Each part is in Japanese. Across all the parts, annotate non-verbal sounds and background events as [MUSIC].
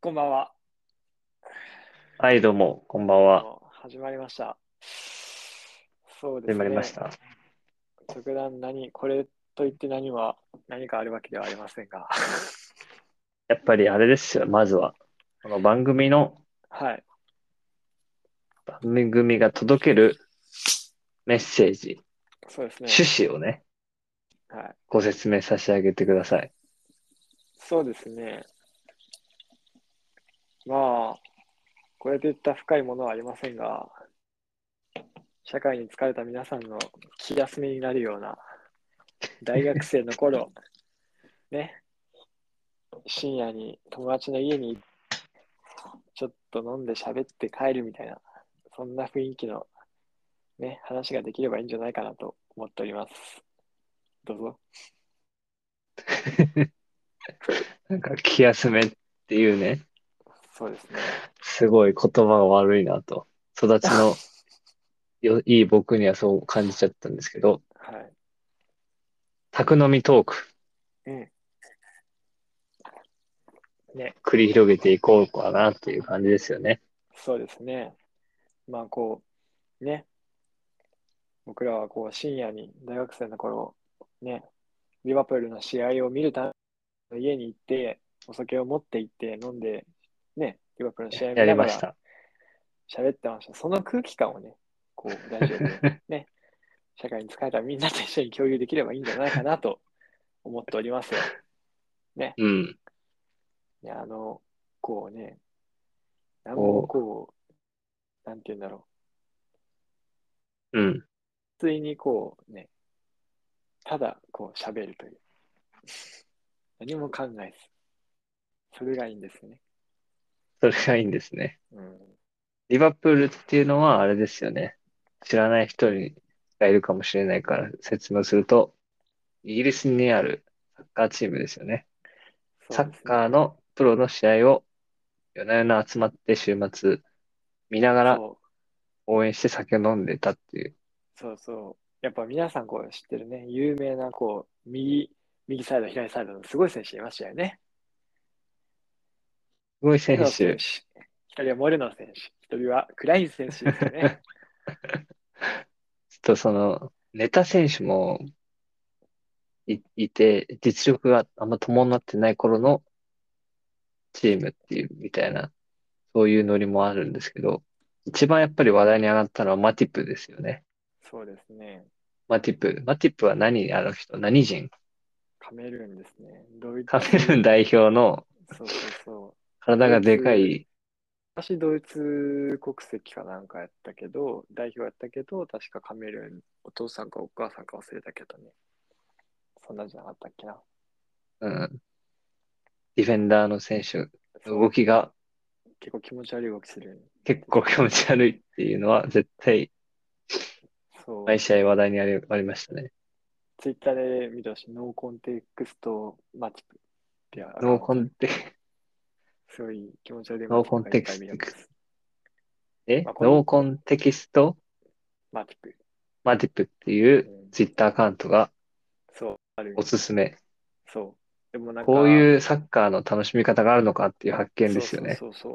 こんばんは。はい、どうも、こんばんは。もう始まりました。そうですね。始まりまし。た。特段何、これといって何は、何かあるわけではありませんが。やっぱりあれですよ、まずは。この番組の、はい。番組が届けるメッセージ、そうですね。趣旨をね、はい。ご説明差し上げてください。そうですね。まあ、これといった深いものはありませんが、社会に疲れた皆さんの気休めになるような、大学生の [LAUGHS] 頃、ね、深夜に友達の家にちょっと飲んで喋って帰るみたいな、そんな雰囲気の、ね、話ができればいいんじゃないかなと思っております。どうぞ。なんか、気休めっていうね、そうですね。すごい言葉が悪いなと。育ち [LAUGHS] のよいい僕にはそう感じちゃったんですけど、はい。宅飲みトーク、うん。ね、繰り広げていこうかなっていう感じですよね。そうですね。まあこう、ね、僕らはこう深夜に大学生の頃、ね、リバプールの試合を見るため家に行って、お酒を持って行って飲んで、ね、リバプールの試合を見やりながましらた。喋ってました。その空気感をね、こう、ラジオでね、社会に疲れたみんなと一緒に共有できればいいんじゃないかなと思っておりますよ。うん。ね、あの、こうね、なんもこう、なんて言うんだろう。うん。普通にこうね、ただこう喋るという。何も考えず。それがいいんですよね。それがいいんですね。うん。リバプールっていうのはあれですよね。知らない人がいるかもしれないから説明すると、イギリスにあるサッカーチームですよね。サッーカーのプロの試合を夜な夜な集まって週末見ながらそう応援して酒飲んでたっていう。そうそう。やっぱ皆さんこう知ってるね、有名なこう、右、右サイド、左サイドのすごい選手いましたよね。すごい選一人手は、一人はモレノ選手、一人はクライン選手ですよね。ちょっとその、ネタ選手もい、いて、実力があんま伴ってない頃のチームっていう、みたいな、そういうノリもあるんですけど、一番やっぱり話題に上がったのはマティップですよね。そうですね。マティップ。マティップは何、あの人、何人カメルーンですね。ドイツ。カメルーン代表のそうそうそう。体がでかい、私、ドイツ国籍かなんかやったけど、代表やったけど、確かカメルーン、お父さんかお母さんか忘れたけどね。そんなんじゃなかったっけな。うん、ディフェンダーの選手の動きが結構気持ち悪い動きするよね。結構気持ち悪いっていうのは、絶対そう。毎試合話題にあり、ありましたね。ツイッターで見てほしい。ノーコンテクストマッチってやノーコンテ、すごい気持ち悪い。ノーコンテクストト。え、まあこのノーコンテキストマッチプ。マティップっていううんツイッターアカウントがそう。ある意お味すすめ。そう。でもなんか、こうういうサッカーの楽しみ方があるのかっていう発見ですよね。そうそうそう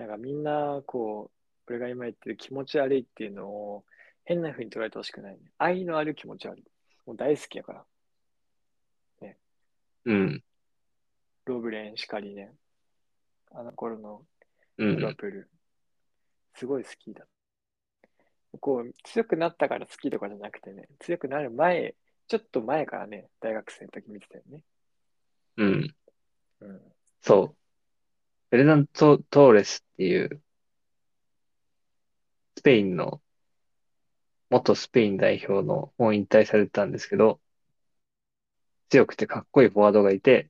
そう。なんかみんな、こう、俺が今言ってる気持ち悪いっていうのを変な風に捉えてほしくない、ね。愛のある気持ち悪い。もう大好きやから。うん、ロブレンしかりね。あの頃のうリバん、プール。すごい好きだ。こう、強くなったから好きとかじゃなくてね、強くなる前、ちょっと前からね、大学生の時見てたよね。うん。うん。そう。フェルナント・トーレスっていう、スペインの、元スペイン代表の、もう引退されてたんですけど、強くてかっこいいフォワードがいて、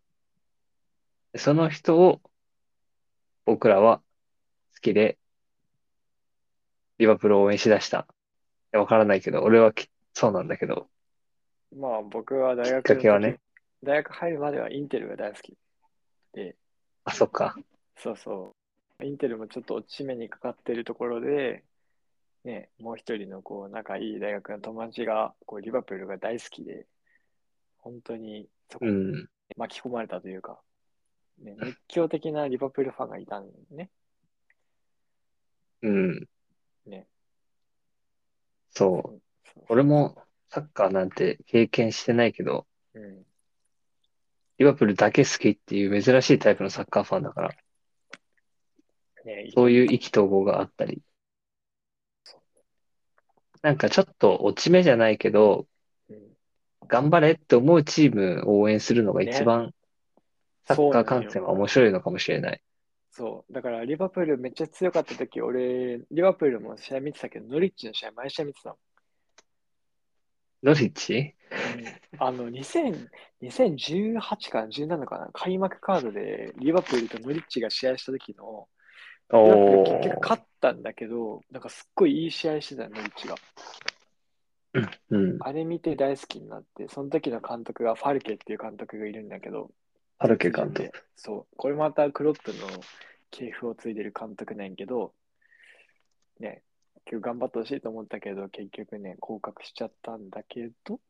その人を、僕らは好きで、リバプールを応援しだした。いやわからないけど、俺はきそうなんだけど、まあ僕は大学きっかけはの時ね。大学入るまではインテルが大好き。あ、そっか。そうそう。インテルもちょっと落ち目にかかってるところで、ね、もう一人のこう仲いい大学の友達がこうリバプールが大好きで、本当にそこうにん。巻き込まれたというか、ね熱狂的なリバプールファンがいたんね。うん。ね。そう。そう俺もサッカーなんて経験してないけど、うん。リバプールだけ好きっていう珍しいタイプのサッカーファンだから、ねそういう意気投合があったり。なんかちょっと落ち目じゃないけど、うん頑張れって思うチームを応援するのが一番サッカー観そう戦は面白いのかもしれない。そう。だから、リバプールめっちゃ強かった時、俺、リバプールも試合見てたけど、ノリッチの試合、毎試合見てたの。ノリッチあの、2000 2018かな17かな、開幕カードで、リバプールとノリッチが試合した時の、リバプーおル結局ー。勝ったんだけど、なんかすっごいいい試合してたよ、ノリッチが。うん。あれ見て大好きになって、その時の監督がファルケっていう監督がいるんだけど、ハルケ監督。そう、これまたクロップの系譜を継いでる監督なんやけど、ね、今日頑張ってほしいと思ったけど、結局ね、降格しちゃったんだけど、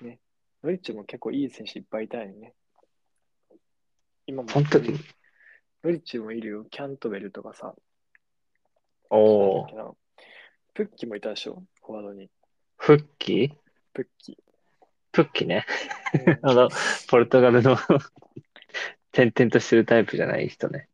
ね、ノリッチも結構いい選手いっぱいいたよね。今も、その時、ノリッチもいるよ。キャントベルとかさ、なんだっおーけ。なプッキーもいたでしょ、フォワードに。フッキープッキプッキーね。ー。うん [LAUGHS] あの、ポルトガルの [LAUGHS] 点々としてるタイプじゃない人ね。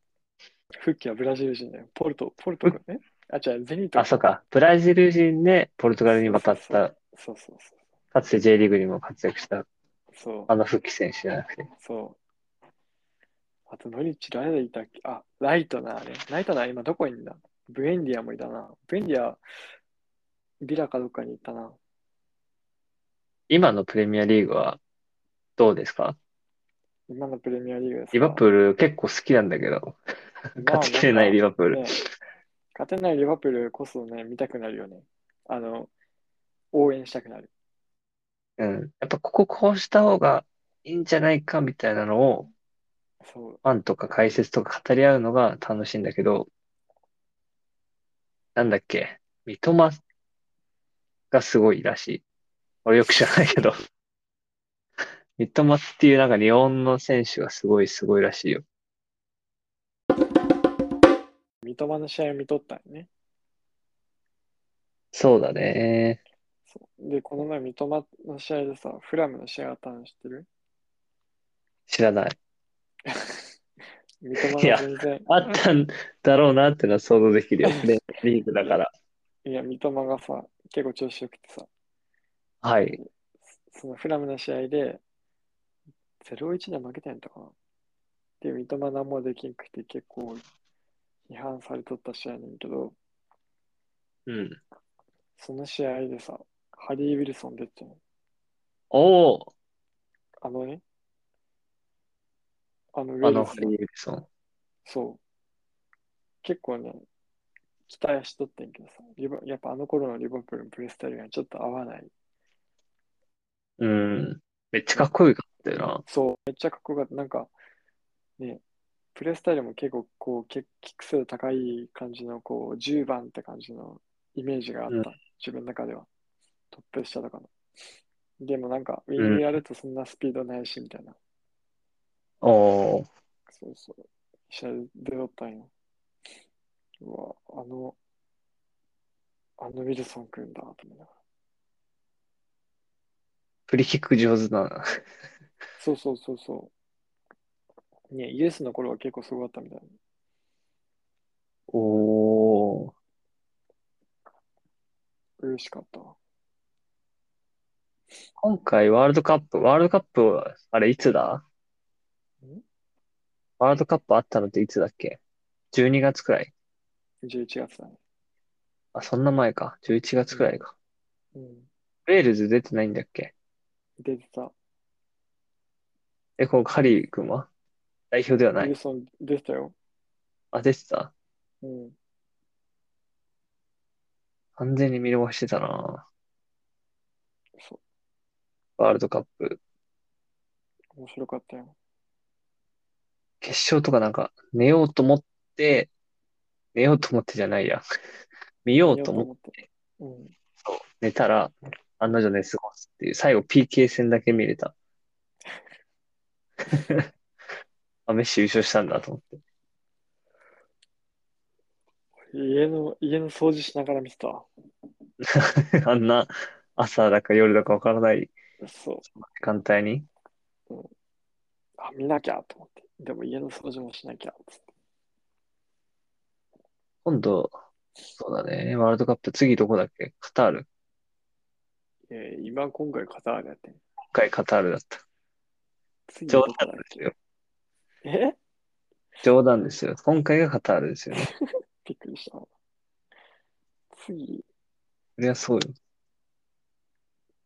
フッキーはブラジル人だよ。ポルト、ポルトかね。あ、違う、ゼニートあ、そうか。ブラジル人でポルトガルに渡っそたう、そうそうそう。かつて J リーグにも活躍した、そうあの復帰選手じゃなくて。そう。あと、ノリッチ誰でいたっけあ、ライトナーね。ライトナー今どこにいるんだブエンディアもいたな。ブエンディア、ビラかどっかに行ったな。今のプレミアリーグはどうですか今のプレミアリーグですかリバプール結構好きなんだけど、まあ勝ちきれないリバプールね。勝てないリバプールこそね、見たくなるよね。あの、応援したくなる。うん。やっぱこここうした方がいいんじゃないかみたいなのを、そう。ファンとか解説とか語り合うのが楽しいんだけど、なんだっけ、三笘がすごいらしい。俺よく知らないけど。三笘っていうなんか日本の選手がすごいすごいらしいよ。三笘の試合を見とったよね。そうだね。そうで、この前、三笘の試合でさ、フラムの試合があったの知ってる知らない。三笘いやが全然、あったんだろうなってのは想像でき [LAUGHS] るよ。ね、リーグだから。いや、三笘がさ、結構調子よくてさ、はい。そのフラムの試合で、0-1で負けたんやったかな。で、三笘何もできんくて結構批判されとった試合なんやけど、うん。その試合でさ、ハリー・ウィルソン出てたのおお、あのね、あのウェあーの、ルハズリー・のウィルソン。そう。結構ね、期待しとったんやけどさ、リバやっぱあの頃のリバプールのプレースタイルがちょっと合わない。うん。めっちゃかっこよかったよな。そう、めっちゃかっこよかった。なんか、ね、プレースタイルも結構こう、キック数高い感じの、こう、10番って感じのイメージがあった。うん自分の中では。トップ下とかの。でもなんか、ウィングやるとそんなスピードないし、みたいな。おお、そうそう。試合出とったんよ。うわ、あの、あのウィルソン君だ、と思いながら。フリーキック上手だな。そうそうそうそう。ね、イエスの頃は結構すごかったみたいな。おお、嬉しかったわ。今回ワールドカップ、ワールドカップは、あれいつだんワールドカップあったのっていつだっけ ?12 月くらい。 11月だね。あ、そんな前か。11月くらいか。うん。ウェールズ出てないんだっけ出てた。え、このカリー君は代表ではウなィルい。ソン出てたよ。あ、出てたうん。完全に見逃してたな。そワールドカップ。う。面白かったよ。決勝とかなんか、寝ようと思って、寝ようと思ってじゃないや。見ようと思って見ようと思って。寝たら、案の定寝過ごすっていう、最後 PK 戦だけ見れた。 [LAUGHS] あ、メッシ優勝したんだと思って。家の、家の掃除しながら見てたわ。あんな朝だか夜だかわからないそう。時間帯に。あ、見なきゃと思って。でも家の掃除もしなきゃっつって。今度、そうだね。ワールドカップ次どこだっけカタール。えー今今回カタールやってん。今回カタールだった。次冗どこだ談っですけよ。え冗談ですよ。今回がカタールですよね。びっくりした。次、そりゃそうよ。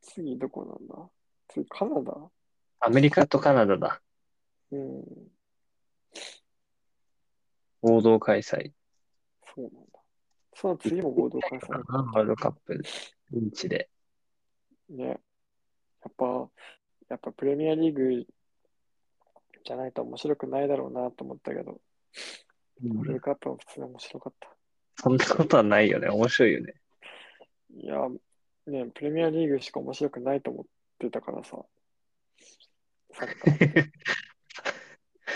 次どこなんだ次カナダアメリカとカナダだ。うん、合同開催。そうなんだ。その次も合同開催なかなのワールドカップ。現地で。ね。やっぱ、やっぱプレミアリーグじゃないと面白くないだろうなと思ったけど、ワールドカップは普通に面白かった。そんなことはないよね。面白いよね。いや、ね、プレミアリーグしか面白くないと思ってたからさ。サッカー。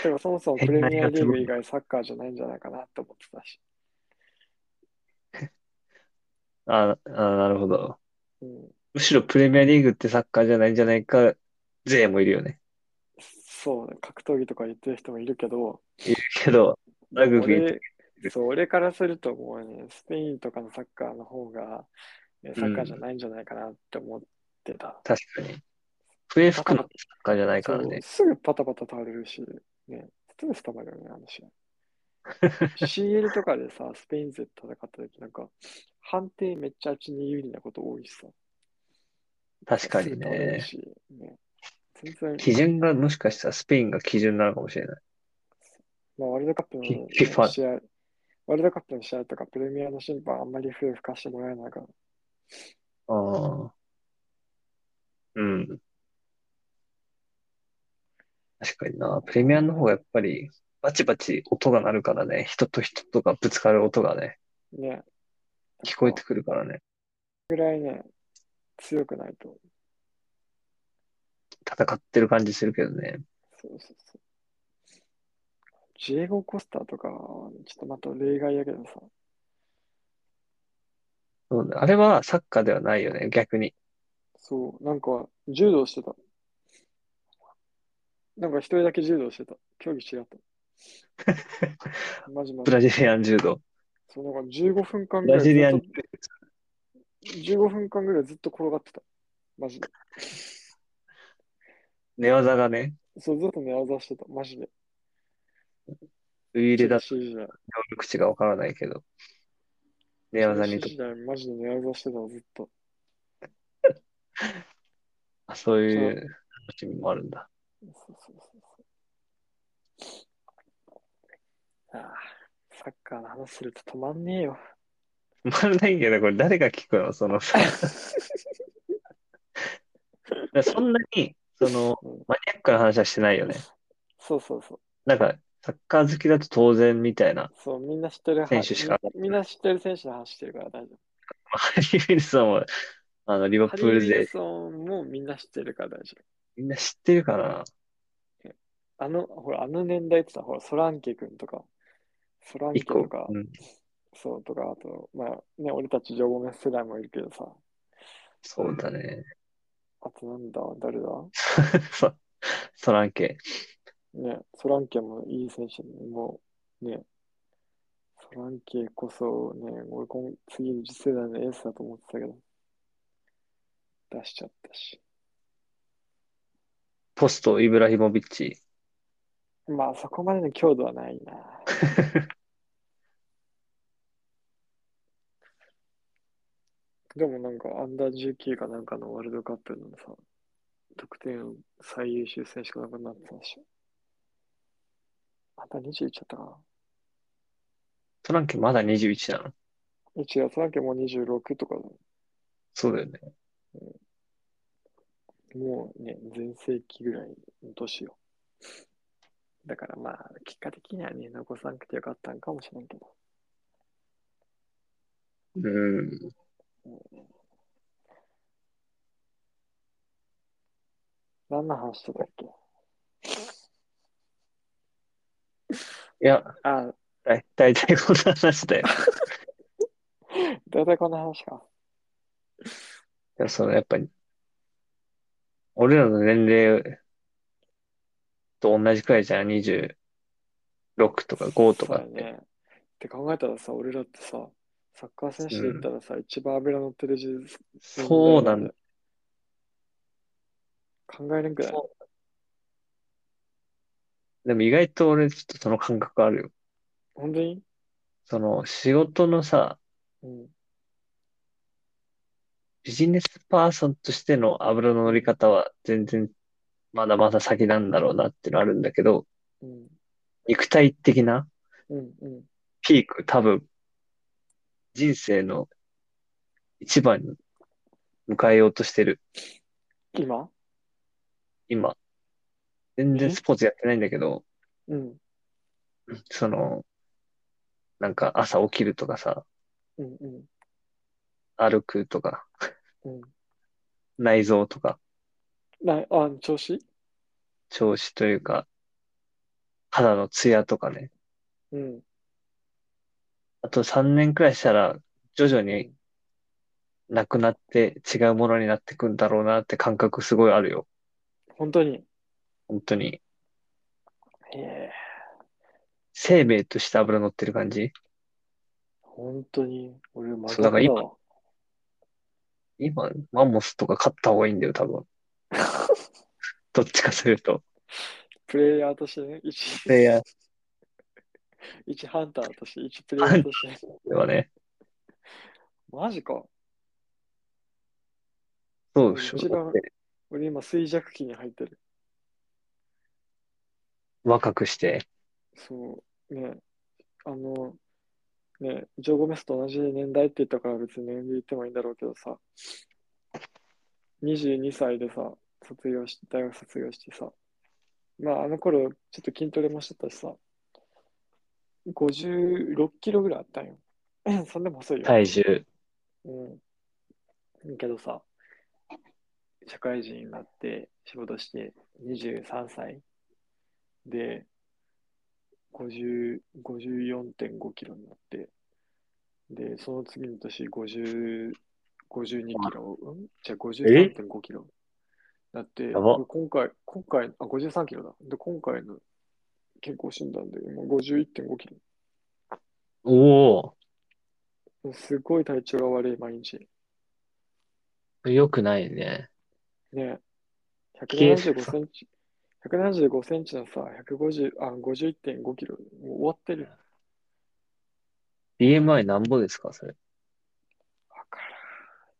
でもそもそもプレミアリーグ以外サッカーじゃないんじゃないかなって思ってたし。ああ、なるほど。うん、むしろプレミアリーグってサッカーじゃないんじゃないか、勢もいるよね。そうね、格闘技とか言ってる人もいるけど、いるけど、ラグビーと俺そう俺からするともうね、スペインとかのサッカーの方が、ね、サッカーじゃないんじゃないかなって思ってた。確かに。笛吹くのもサッカーじゃないそからうね。すぐパタパタ倒れるし、ね、ストレス溜まるよね、あの [LAUGHS] 試合。CL とかでさ、スペイン勢と戦った時なんか、判定めっちゃあっちに有利なこと多いしさ。確かすにぐ倒れるね。しね全然、基準がもしかしたらスペインが基準なのかもしれない。まあ、ワールドカップキキファの試合、ワールドカップの試合とかプレミアの審判あんまり笛吹かしてもらえないから、ああ。うん。確かにな。プレミアの方がやっぱり、バチバチ音が鳴るからね。人と人とがぶつかる音がね、ね。聞こえてくるからね。ぐらいね、強くないと。戦ってる感じするけどね。そうそうそう。ジェイゴ・コスターとかは、ちょっとまた例外やけどさ、そうねあれはサッカーではないよね、逆に。そう、なんか柔道してた。なんか一人だけ柔道してた。競技違った。マジマブジ。ラジリアン柔道。そう、なんか15分間ブぐらラいジリアンずっと、15分間ぐらいずっと転がってた。マジで。寝技がね、そう、ずっと寝技してた。マジで。ウイイレだと GC 時代。能力値がわからないけど、寝技に GC と、時代、マジで寝技してた、ずっと。あ、そういう楽しみもあるんだ。そうそうそうそう。ああ、サッカーの話すると止まんねえよ。 [LAUGHS] 止まらないけど、これ誰が聞くの [LAUGHS] そのさ。そんなに、その、うんマニアックな話はしてないよね。そうそうそう。なんか、サッカー好きだと当然みたいな。そう、みんな知ってる選手しかみみんな知ってる選手の話してるから大丈ハリー・ウィルソンは、あの、リバ夫。プハリーー・ウルィルで、ソンもみんな知ってるから大丈みんな知ってるかな夫。あの、ほら、あの年代ってさ、ほら、ソランケ君とか、ソランケ一個とか、うん、そうとか、あと、まあね、俺たち情報メ世代もいるけどさ、そうだね。 [LAUGHS] あとなんだ、誰だそソランケ。ね、ソランケもいい選手にもう、ね、ソランケこそね、俺今、次の次世代のエースだと思ってたけど、出しちゃったし。ポスト、イブラヒモビッチ。まあ、そこまでの強度はないな。 [LAUGHS] でもなんか、アンダー19かなんかのワールドカップのさ、得点最優秀選手かなんかになってたでしょ。また21いっちゃったかな。ソランケまだ21なの一月だけもう26とかだ、そうだよね。もうね、全盛期ぐらいの年よ。だからまあ、結果的にはね、残さなくてよかったんかもしれんけど。うん。何の話してたっけいや、あ、だ大体こんな話だよ。 [LAUGHS] 大体こんな話か。でもそのやっぱり、俺らの年齢と同じくらいじゃん、26とか5とかそっうて。だよね。って考えたらさ、俺らってさ、サッカー選手で言ったらさ、一番脂乗ってる時そうなんだ。考えれんくないでも意外と俺ちょっとその感覚あるよ。本当にその仕事のさ、うん。ビジネスパーソンとしての油の乗り方は全然まだまだ先なんだろうなってのあるんだけど、うん。肉体的なうん。うん。ピーク多分人生の一番に迎えようとしてる今今。全然えスポーツやってないんだけど、うん。その、なんか朝起きるとかさ、うん。うん。歩くとか、うん。内臓とか、な、あ、調子調子というか、肌のツヤとかね。うん。あと3年くらいしたら、徐々うにんなくなって違うものになってくんだろうなって感覚すごいあるよ。本当に。本当に。へえ。生命として脂乗ってる感じ。本当に。俺、まそうだから今わ。今、マンモスとか勝った方がいいんだよ、[LAUGHS] 多分。どっちかすると。プレイヤーとしてね、一、プレイヤー一ハンターとして、一プレイヤーとして。ではね。マジか。そうでしょ。一番だって俺、今、衰弱期に入ってる。若くして。そう、ね、あの、ね、ジョー・ゴメスと同じ年代って言ったから別に年齢言ってもいいんだろうけどさ、22歳でさ、卒業し、大学卒業してさ、まああの頃ちょっと筋トレもしてたしさ、56キロぐらいあったんよ。そんでも細いよ。 [CLEARS THROAT] 体重。うん。けどさ、社会人になって仕事して23歳で50 54.5キロになって、で、その次の年50 52キロ、うん、じゃあ53.5キロだって、やば俺今回、今回、あ、53キロだ。で、今回の健康診断でもう51.5キロ。おもうすごい体調が悪い、毎日。お、良くないね。ねえ、計175センチ、175センチのさ、150、あ、51.5キロ、もう終わってる。 BMI なんぼですか、それ。わか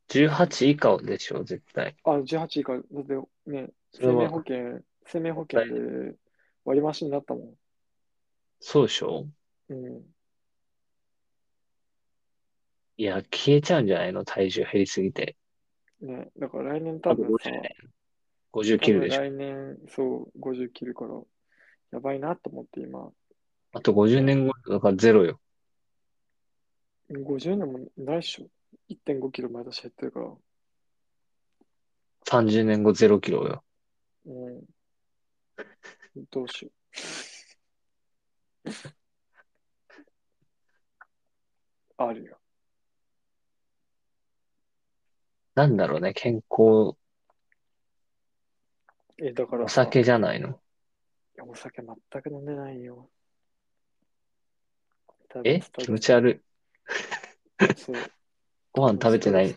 18以下でしょ、絶対。らん。あ、18以下、だってね、それ生命は保、険、生命保険で割り増しになったもそうでしょん。うん。いや、消えちゃうんじゃないの体重減りすぎて。ねえ、だから来年多分さ、 50多切る分でしょ。来年、そう、50切るから、やばいなと思って今、あと50年後とかゼロよ。 50年もないっしょ。1.5キロ毎年減ってるから。 30年後ゼロキロよ。うん。どうしよう。あるよ。なんだろうね、健康、え、だからおさ酒じゃないの。いやお酒全く飲んでないよ。多分えストレス気持ち悪い。そう。いご飯食べてない。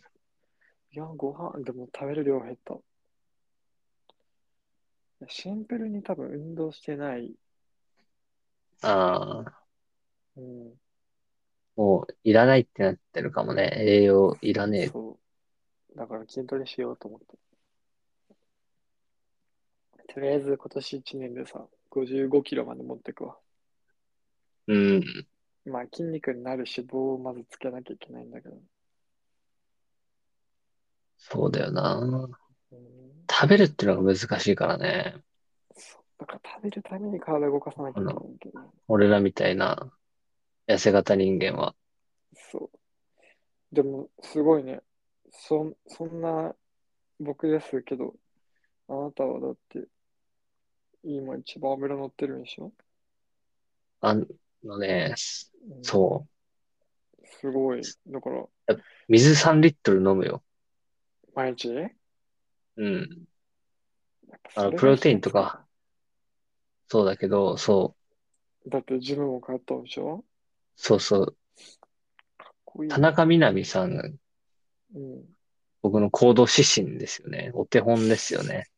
や、ご飯、でも食べる量減った。いやシンプルに多分運動してない。ああ、うん。もういらないってなってるかもね。栄養いらねえ。そう。だから筋トレしようと思って。とりあえず今年1年でさ、55キロまで持ってくわ。うん。まあ筋肉になる脂肪をまずつけなきゃいけないんだけど。そうだよな。うん、食べるってのが難しいからね。そう。だから食べるために体を動かさなきゃいけないけど。俺らみたいな痩せ型人間は。そう。でも、すごいね。そん、そんな僕ですけど、あなたはだって、今一番脂乗ってるんでしょあのね、うんそう。すごい。だから、水3リットル飲むよ。毎日やっうん。ぱそあれの、がプロテインとか、そうだけど、そだって自分も通ったんでしょう、そうそう、こういう田中みな実さんがうん。僕の行動指針ですよね。お手本ですよね。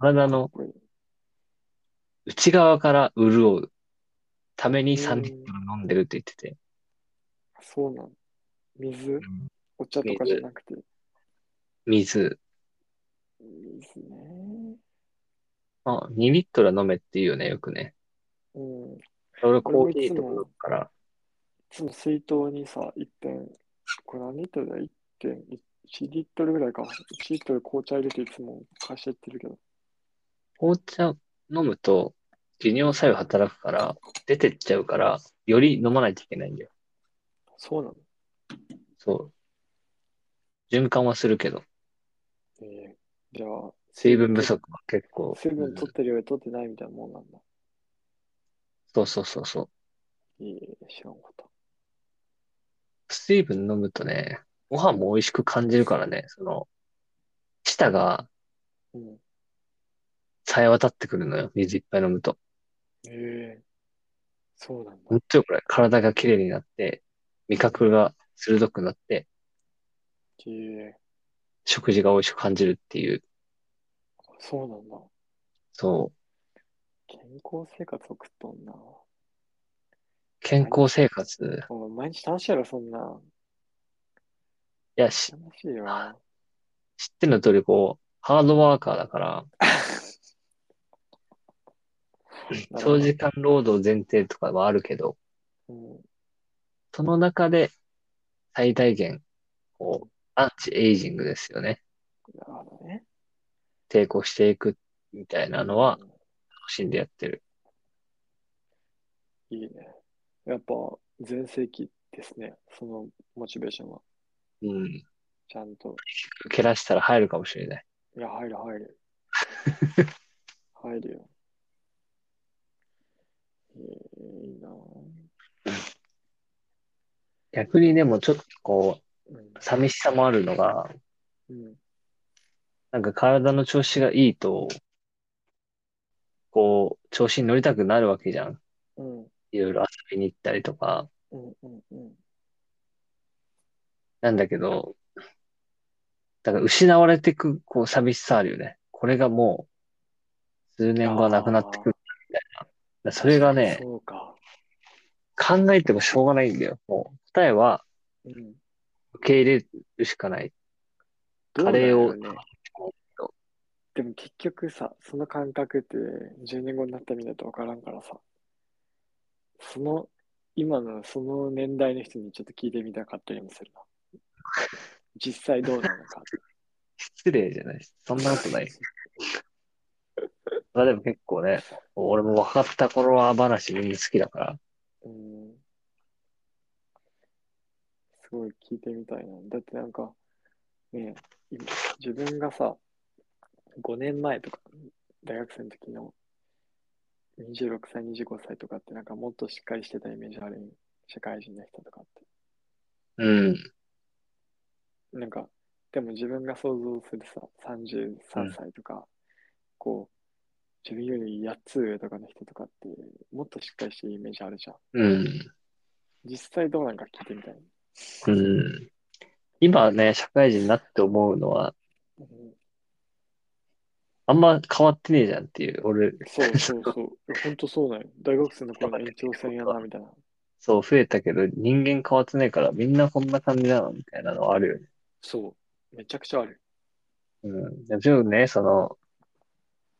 体のこういう内側から潤うためにう3んリットル飲んでるって言ってて。そうなの。水うんお茶とかじゃなくて。水、水ね。あ、2リットルは飲めって言うよね、よくね。うん。い俺コーヒーとか飲むから、つも水筒にさ、1点、これ何リットルだ ?1 点、1リットルぐらいか。1リットル紅茶入れていつも会社行ってるけど。紅茶飲むと利尿作用働くから、出てっちゃうから、より飲まないといけないんだよ。そうなの。そう。循環はするけど、ええじゃあ、水分不足は結構。水分うん取ってるより取ってないみたいなもんなんだ。そうそうそうそう。いい、知らんこと。水分飲むとね、ご飯も美味しく感じるからね、その、舌がうん。さえ渡ってくるのよ、水いっぱい飲むと。ええそうなんだ。本当よ、これ。体が綺麗になって、味覚が鋭くなって、ええ食事が美味しく感じるっていう、そうなんだ。そう、健康生活送っとんな。健康生活。お前毎日楽しいやろ、そんな。いや、し、楽しいよ。あ知っての通り、こう、ハードワーカーだから、ほど長時間労働前提とかはあるけど、うん、その中で最大限、こう、アンチエイジングですよね。なるほどね。抵抗していくみたいなのは、楽しんでやってる。いいね。やっぱ、全盛期ですね。そのモチベーションは。うん。ちゃんと。蹴らしたら入るかもしれない。いや、入る、入 [LAUGHS] る。入るよ。ええいいな逆にでもちょっとこうんう、寂しさもあるのが、うん。なんか体の調子がいいと、こう、調子に乗りたくなるわけじゃん。うん。いろいろ遊びに行ったりとか。うん。うん。うん。なんだけど、だから失われてく、こう、寂しさあるよね。これがもう、数年後はなくなってくるみたいな。だからそれがね、そうか。考えてもしょうがないんだよ。もう、答えはうん。受け入れるしかない。カレーをどうだろうね。でも結局さ、その感覚って10年後になったみないと分からんからさ、その、今のその年代の人にちょっと聞いてみたかったりもするな。実際どうなのか。失礼じゃないそんなことない。まあでも結構ね、俺も分かった頃は話みんな好きだから。うん。すごい聞いてみたいな。だってなんか、ねえ、今自分がさ、5年前とか、大学生の時の26歳、25歳とかってなんかもっとしっかりしてたイメージあるん社会人の人とかって。うん。なんか、でも自分が想像するさ、33歳とか、こう、自分より8つ上とかの人とかって、もっとしっかりしてるイメージあるじゃん。うん。実際どうなんか聞いてみたい。うん。今ね、社会人になって思うのは、うんあんま変わってねえじゃんっていう。俺、 [LAUGHS] そうそうそう。本当そうなんよ。大学生の頃の延長戦やな、みたいな。そう、増えたけど、人間変わってないから、みんなこんな感じなのみたいなのはあるよね。そう。めちゃくちゃある。うん。でもちろんね、その、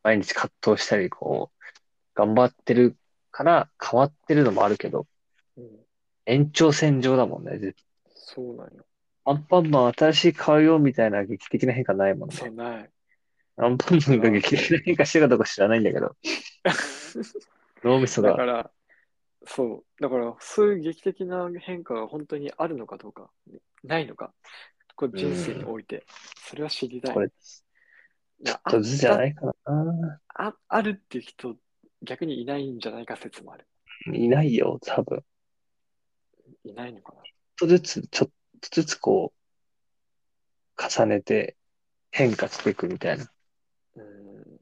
毎日葛藤したり、こう、頑張ってるから変わってるのもあるけど、うん。延長線上だもんね、絶対そうなんよ。アンパンマン新しい顔よみたいな劇的な変化ないもんね。そう [LAUGHS] ない。アンパンマンが劇的な変化してるかどうか知らないんだけど、脳みそだかが。ら、そう。だから、そういう劇的な変化が本当にあるのかどうか、ないのか。これ人生において、それは知りたい。これ、いやちょっとずつじゃないかな。あああるっていう人逆にいないんじゃないか説もある。いないよ、多分。いないのかな。ちょっとずつ、ちょっとずつこう、重ねて変化していくみたいな。うー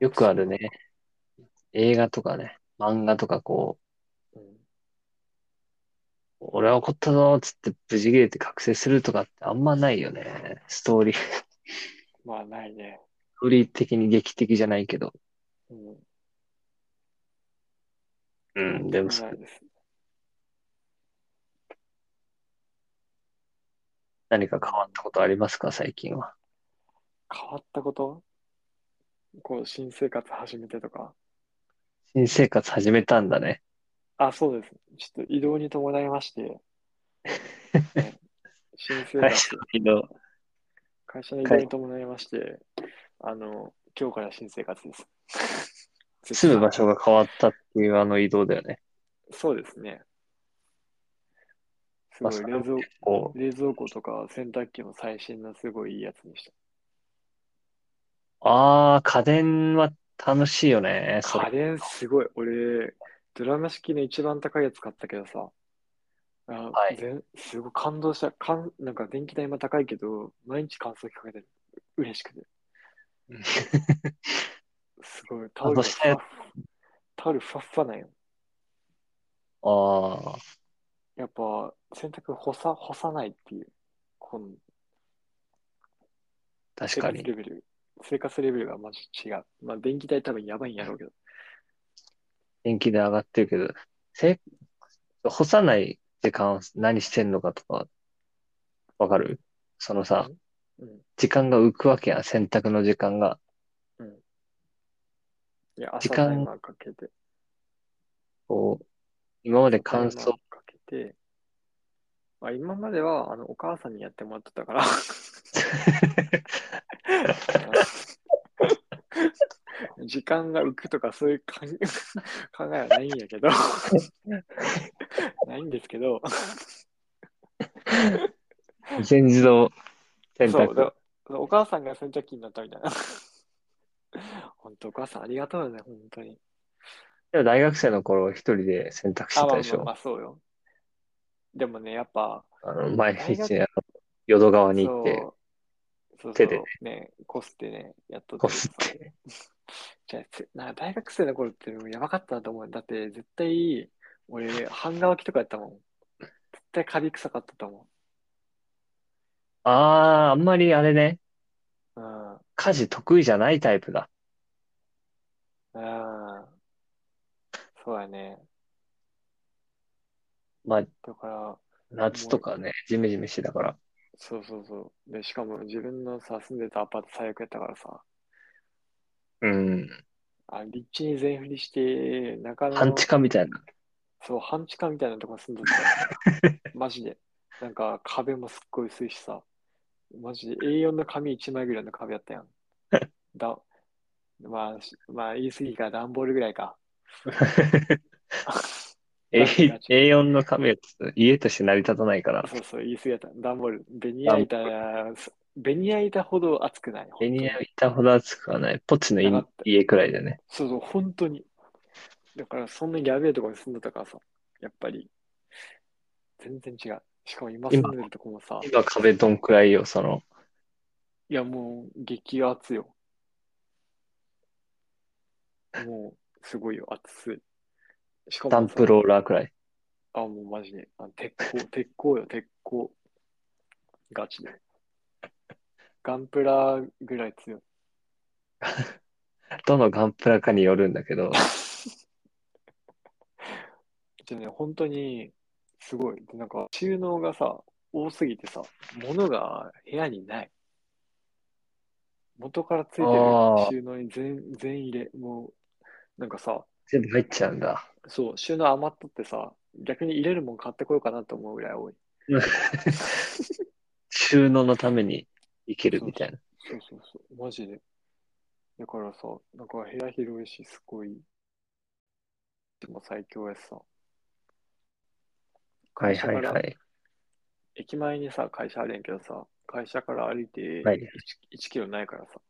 よくあるね。映画とかね、漫画とかこん。うんう、俺は怒ったぞーっつってブチ切れて覚醒するとかってあんまないよね。ストーリー、スまあ、ないね。トーリー的に劇的じゃないけど。うん。うん、でもそないです。何か変わったことありますか、最近は。変わったことこう、新生活始めてとか。新生活始めたんだね。あ、そうです。ちょっと移動に伴いま [LAUGHS] して、ね新生会活社、の移動会社の移動に伴いまして、あの、今日から新生活です。 [LAUGHS] 住む場所が変わったっていうあの移動だよね。そうですね。すまごあいそれ冷蔵、こう、冷蔵庫とか洗濯機も最新のすごいいいやつにした。ああ、家電は楽しいよね。それ家電すごい。俺、ドラム式の一番高いやつ買ったけどさ、あはいぜんすごい感動した。かんなんか電気代も高いけど、毎日乾燥機かけてる。嬉しくて。うんすごい。タオルがふわっタオルふわっふわなんよ。ああ、やっぱ洗濯干さ、干さないっていう、この確生か活に。レベル、生活レベルがマジ違う。まあ電気代多分やばいんやろうけど。電気で上がってるけど、せ、干さない時間を何してんのかとか、わかるそのさ、うん。時間が浮くわけやん、洗濯の時間が。いや、時朝間タイマーかけて、こう、今までタイ乾マ燥ー、かけて、まあ、今まではあのお母さんにやってもらってたから、 [LAUGHS] 時間が浮くとかそういう考え [LAUGHS] 考えはないんやけど、ないんですけど、全自動洗そう濯。だそうお母さんが洗濯機になったみたいな。本当、お母さんありがとうね、本当 [LAUGHS] に。でも大学生の頃一人で洗濯しあ、まあてたまでしあょま。あ、そうよ。でもね、やっぱ、あの、毎大学日、あの淀川に行って、そうそう手でねそうね、こすってね、やっとこすって。じゃあつなんか大学生の頃ってやばかったなと思う。だって絶対、俺、半乾きとかやったもん。絶対カビ臭かったと思ああ、あんまりあれね、う。うん。家事得意じゃないタイプだ。うん。そうやね。まあ、だから、夏とかね、ジメジメしてたから。そうそうそう。で、しかも自分のさ、住んでたアパート最悪やったからさ、うん。あ立地に全振りして、中野の半地下みたいな。そう、半地下みたいなとこ住んで [LAUGHS] た。マジで。なんか壁もすっごい薄いしさ。マジで A4 の紙1枚ぐらいの壁やった [LAUGHS] やん。だまあ、しまあ、言い過ぎか、段ボールぐらい [LAUGHS] か。 A- ガチガチ A4 の紙は家として成り立たないから、そうそう、言い過ぎやった。段ボール。ベニヤ板や、ベニヤ板ほど厚くない。ベニヤ板ほど厚くはない。ポチのいなかった家くらいでね。そうそう、本当に。だから、そんなやべえとこに住んでたからさ、やっぱり、全然違う。しかも今住んでるとこもさ、今壁どんくらいよ、その、いや、もう、激熱よ。もう、すごいよ、熱い。しかダもンさプローラーくらい。あ、もうマジで。あ鉄鋼、 [LAUGHS] 鉄鋼よ、鉄鋼。ガチで。ガンプラぐらい強い。どのガンプラかによるんだけど、でね、本当に、すごい。で、なんか、収納がさ、多すぎてさ、物が部屋にない。元からついてるあー収納に全、全入れ。もう、なんかさ、全部入っちゃうんだ。そう、収納余っとってさ、逆に入れるもん買ってこようかなと思うぐらい多い。収納のために生きるみたいな。そうそうそう、マジで。だからさ、なんか部屋広いし、すごい、でも最強やしさ。はいはいはい。駅前にさ、会社あるんやけどさ、会社から歩いて 1,、はい1キロないからさ、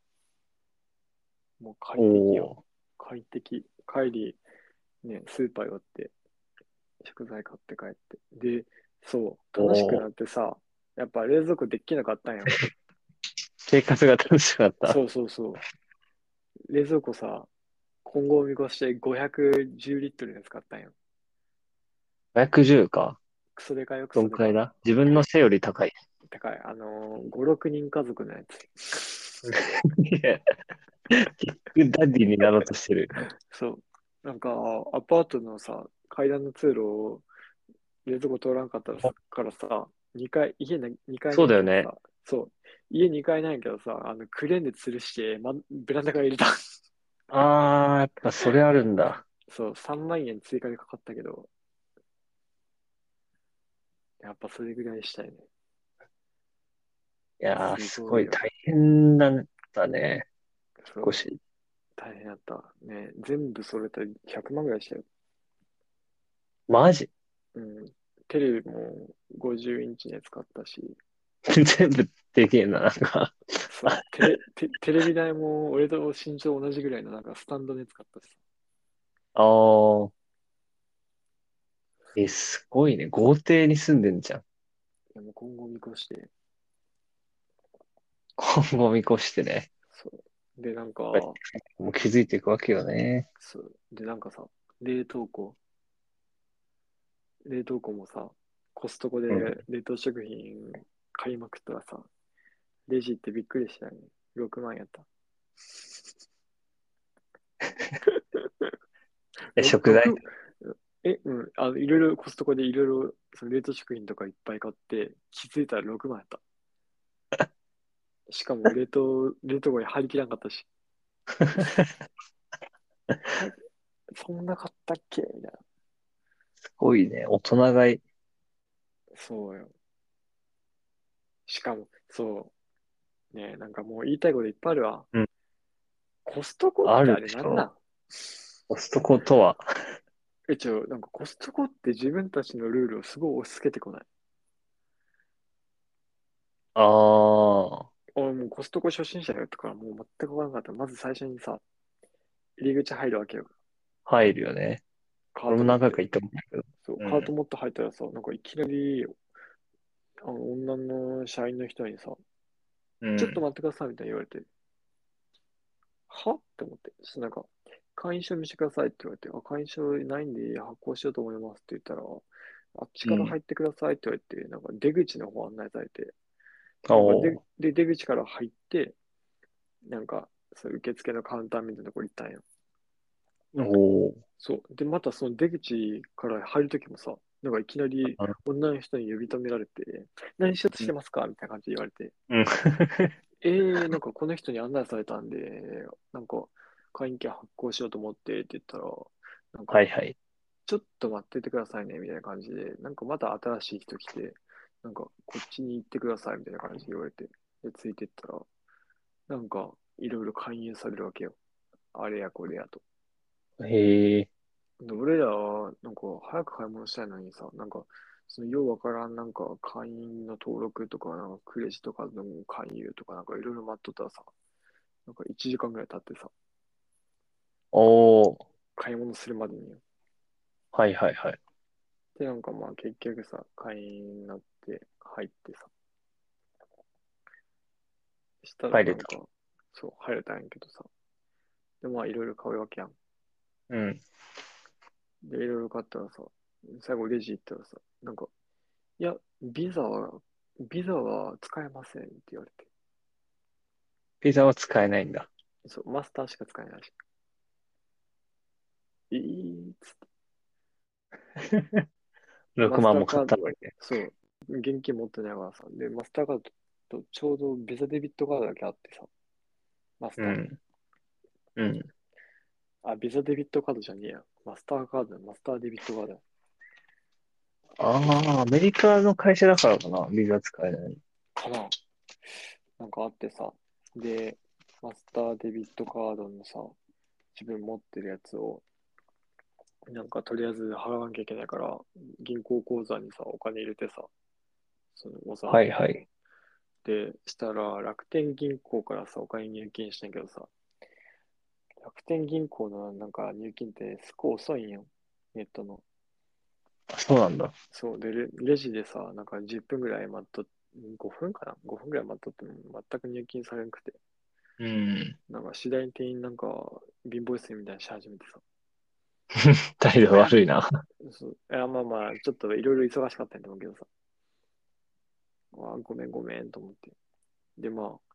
もう快適よ。おお。快適。帰り、ね、スーパー寄って、食材買って帰って。で、そう、おー楽しくなってさ、やっぱ冷蔵庫でっきなかった [LAUGHS] んよ。生活が楽しかった。そうそうそう。冷蔵庫さ、今後を見越して510リットルのやつ買ったんよ。 510か。クソでかいよ、クどソんでくからいい。だ自分の背より高い。 [LAUGHS] でかい。あのー、5、6人家族のやつ。いやキックダディになろうとしてる。そう。なんか、アパートのさ、階段の通路を冷蔵庫通らんかったらさからさ、2階、家な2階そうだよなんねけどさ。そう。家2階なんやけどさ、あのクレーンで吊るして、ま、ベランダから入れた。 [LAUGHS] あー、やっぱそれあるんだ。そう、3万円追加でかかったけど、やっぱそれぐらいしたいね。いやー、すすごごいいよ大変だったね。そう少、し。大変だった。ね、全部それと100万ぐらいしたよ。マジうん。テレビも50インチのやつ買ったし、全部でけえな、なんか。 [LAUGHS] そうテレテテレビ台も俺と身長同じぐらいのなんかスタンドで使ったし。あー。え、すごいね。豪邸に住んでんじゃん。でも今後見越して。今後見越してね。そう。で、なんか、はいもう気づいていくわけよね。そう。で、なんかさ、冷凍庫。冷凍庫もさ、コストコでうん冷凍食品買いまくったらさ、レジってびっくりしたよね。6万やった。ろえ、食材ろくえ、うん。あの、いろいろコストコでいろいろ、その冷凍食品とかいっぱい買って、気づいたら6万やった。 [LAUGHS] しかも冷凍、冷凍庫に入りきらんかったし。 [LAUGHS] そんな買ったっけみたいな。すごいね。大人買い。そうよ。しかも、そう。ねえなんかもう言いたいこといっぱいあるわ。うんコストコってああれるでしなょんなんコストコとは。え、ちょ、なんかコストコって自分たちのルールをすごい押し付けてこない。あー。俺もうコストコ初心者だったからもう全く分からなかった。まず最初にさ、入り口入るわけよ。入るよね。カ俺も何回か行ったもんだけど。そう、うんカート持って入ったらさ、なんかいきなり、あの女の社員の人にさ、うんちょっと待ってくださいみたいに言われて、はって思って、そしたらなんか、会員証見せてくださいって言われて、あ、会員証ないんで発行しようと思いますって言ったら、あっちから入ってくださいって言われて、なんか出口の方案内されて、おでーで、出口から入って、なんか、そう受付のカウンターみたいなとこ行ったんよ。おーそう。で、またその出口から入るときもさ、なんかいきなりうん女の人に呼び止められて、何しようとしてますかみたいな感じで言われて、うん。えー、なんかこの人に案内されたんで、なんか会員権発行しようと思ってって言ったら、なんかはいはい。ちょっと待っててくださいねみたいな感じで、なんかまた新しい人来て、なんかこっちに行ってくださいみたいな感じで言われて、で、ついてったら、なんかいろいろ勧誘されるわけよ。あれやこれやと。へえ。で俺らは、なんか、早く買い物したいのにさ、なんか、その、ようわからん、なんか、会員の登録とか、なんか、クレジットカードの勧誘とか、なんか、いろいろ待っとったらさ、なんか、1時間ぐらい経ってさ、おー。買い物するまでによ。はいはいはい。で、なんか、まあ、結局さ、会員になって、入ってさ、したら、入なんれかた、そう、入れたんやけどさ、で、まあ、いろいろ買うわけやん。うん。で、いろいろ買ったらさ、最後レジ行ったらさ、なんか、いや、ビザは、ビザは使えませんって言われて。ピザは使えないんだ。そう、マスターしか使えないし。えー、つって。 6万も買ったのにね。そう、現金持ってないからさ。で、マスターカードとちょうどビザデビットカードだけあってさ。マスタうー。ん。うん。あ、ビザデビットカードじゃねえや。マスターカードだ、マスターデビットカードだ。ああ、アメリカの会社だからかな。ビザ使えない。かななんかあってさ、で、マスターデビットカードのさ、自分持ってるやつを、なんかとりあえず払わなきゃいけないから、銀行口座にさ、お金入れてさ、そのおさ、はいはい。で、したら楽天銀行からさ、お金入金したんやけどさ、天銀行のなんか入金ってすごい遅いんよ。ネットの。あそうなんだ。そう、で、レレジでさ、なんか10分ぐらい待っとっ、5分かな ?5 分ぐらい待っとっても全く入金されなくて、うん。なんか次第に店員なんか貧乏性みたいにし始めてさ。態度悪いな。そういやまあまあ、ちょっといろいろ忙しかったんだろうけどさ。あごめんごめんと思って。で、まあ、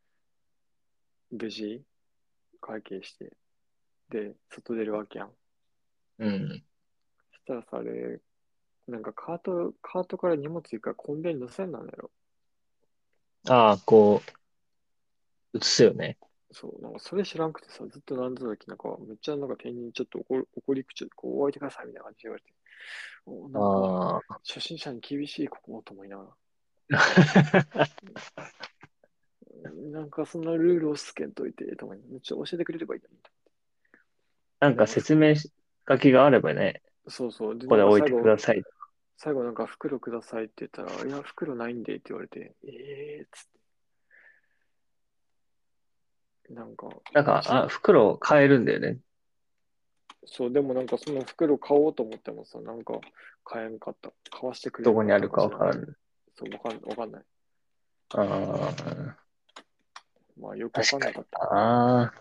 無事、会計して、で、外出るわけやん。うん。そしたらさ、あれ、なんかカート、カートから荷物行くからコンビニに乗せんなんだよ。ああ、こう、映すよね。そう、なんかそれ知らんくてさ、ずっと並んでた時なんか、めっちゃなんか店員にちょっと怒る怒り口でこう、おいてくださいみたいな感じで言われて。おなんか、ああ。初心者に厳しいこここと思 [LAUGHS] いながら。なんかそんなルールをつけんといて、とかめっちゃ教えてくれればいいのにと。なんか説明書きがあればね、そうそう。でここでなんか置いてください。最後、最後なんか袋くださいって言ったら、いや、袋ないんでって言われて、ええー、っつって。なんか、なんか、あ、袋を変えるんだよね。そう、でもなんかその袋買おうと思ってもさ、なんか買えんかった。買わしてくれどこにあるかわからん。ん。そう、わかんわかんない。ああ。まあ、よくわかんなかった。あ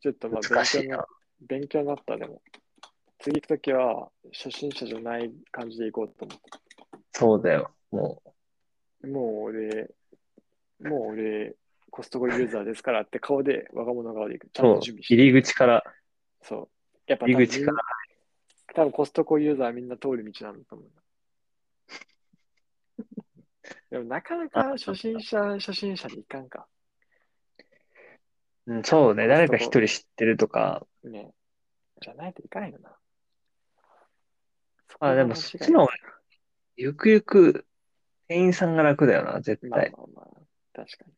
ちょっとまああ、難勉し強いになな。勉強になった、でも。次行くときは、初心者じゃない感じで行こうと思って。そうだよ。ももう俺、もう俺、コストコユーザーですからって顔で、若者顔で行く。う、ちゃんそうと準備、して。入り口から、そう。やっぱ多入分り口から、多分コストコユーザーはみんな通る道なんだと思 [LAUGHS] う。でもなかなか初心者、初心者にいかんか。うん、そうね、誰か一人知ってるとか、ね。じゃないといかんよな。そこあ、がでも間違いそっちの方が、ゆくゆく、店員さんが楽だよな、絶まあ対。まあまあ、確かに。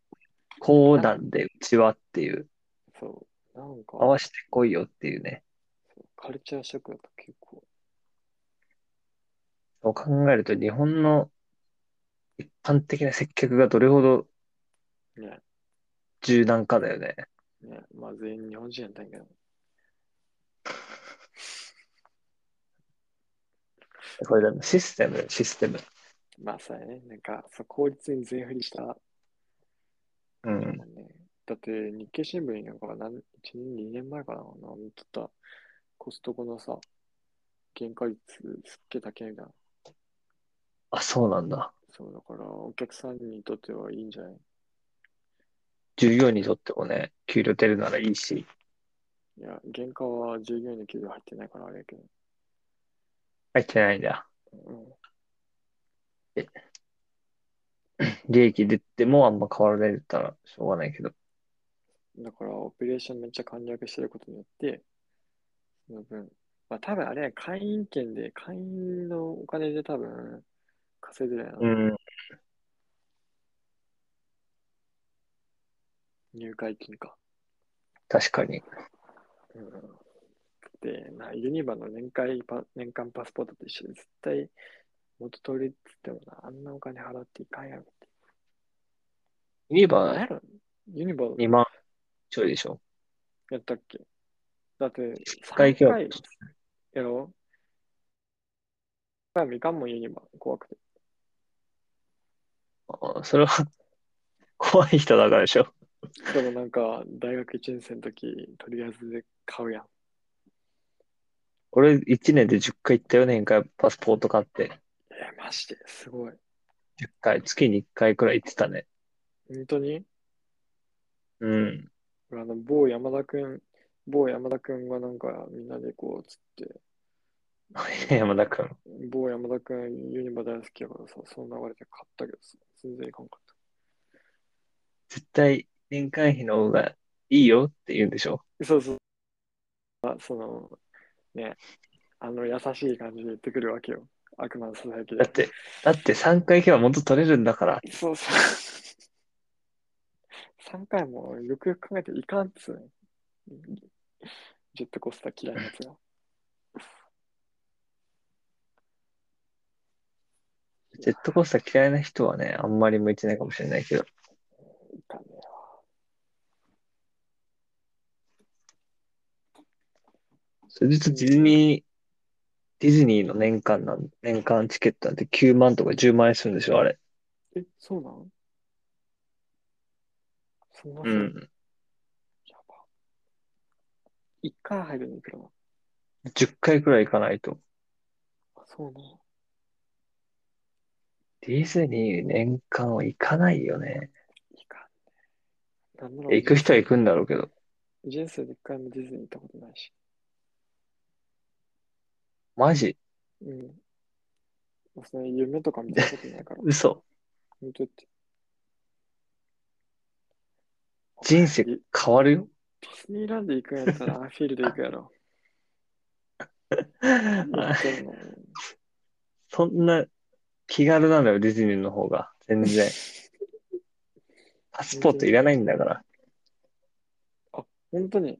こうなんで、うちはっていう、そう。なん合か、わせてこいよっていうね。カルチャーショックだと結構。そう考えると、日本の一般的な接客がどれほどね。柔軟かだよね。ね。まあ全員日本人やったんやけど。これでもシステム、システム。まあさね、なんか、そう効率に全振りしたうもんん。ね。だって、日経新聞になんか何、1年、2年前かな、なんつった、コストコのさ、原価率すっげえ高いみたいな。あ、そうなんだ。そう、だから、お客さんにとってはいいんじゃない従業員にとってもね、給料出るならいいし。いや、原価は従業員の給料入ってないからあれやけど。入ってないんだ。うん。利益出てもあんま変わられたらしょうがないけど。だから、オペレーションめっちゃ簡略してることによって、その分、まあ多分あれや、会員権で、会員のお金で多分、稼いでるやな。うん。入会金か。確かに。うんで、な、ユニバの年会パ、年間パスポートと一緒で絶対元取りっつってもな、あんなお金払っていかんやろって。ユなニんバやろユニバ2万ちょいでしょ。やったっけだって1回3今回日。やろ三回もいかんもんユニバ、怖くて。あそれは [LAUGHS] 怖い人だからでしょ。でもなんか、大学1年生の時、とりあえずで買うやん。俺1年で10回行ったよ、年間パスポート買って。え、マジですごい。 10回、月に1回くらい行ってたね。本当にうん。 [LAUGHS] 俺あの、某山田くん、某山田くんがなんか、みんなでこう、つって、山田君。某山田君、ユニバ大好きやからさ、その流れで買ったけどさ、全然いかんかっ絶対年間費の方がいいよって言うんでしょ。た。そうそう。あその、ね、あの優しい感じで言ってくるわけよ。悪魔のささやきだっで。て、だって3回行けば元取れるんだから。そう [LAUGHS] そう。3回もよくよく考えていかんっつうね。ジェットコースター嫌いなやつが。ジェットコースター嫌いな人はね、あんまり向いてないかもしれないけど。いかんねそれで言うとディズニー、ディズニーの年間なん、年間チケットなんて9万とか10万円するんでしょ、あれ。え、そうなのそんなう。ん。やば。一回入るのいくらなの10回くらい行かないと。あ、そうなの。ディズニー年間は行かないよね。いかんね。なんなら行く人は行くんだろうけど。人生で一回もディズニー行ったことないし。マジうん。その夢とか見たことない [LAUGHS] から。嘘。本当って。人生ディ変わる [LAUGHS] よ。ディズニーランド行くんやったらアンフィールド行くや [LAUGHS] ろ。言ってんのそんな気軽なんだよ、ディズニーの方が。全然。パスポートいらないんだから。本当に。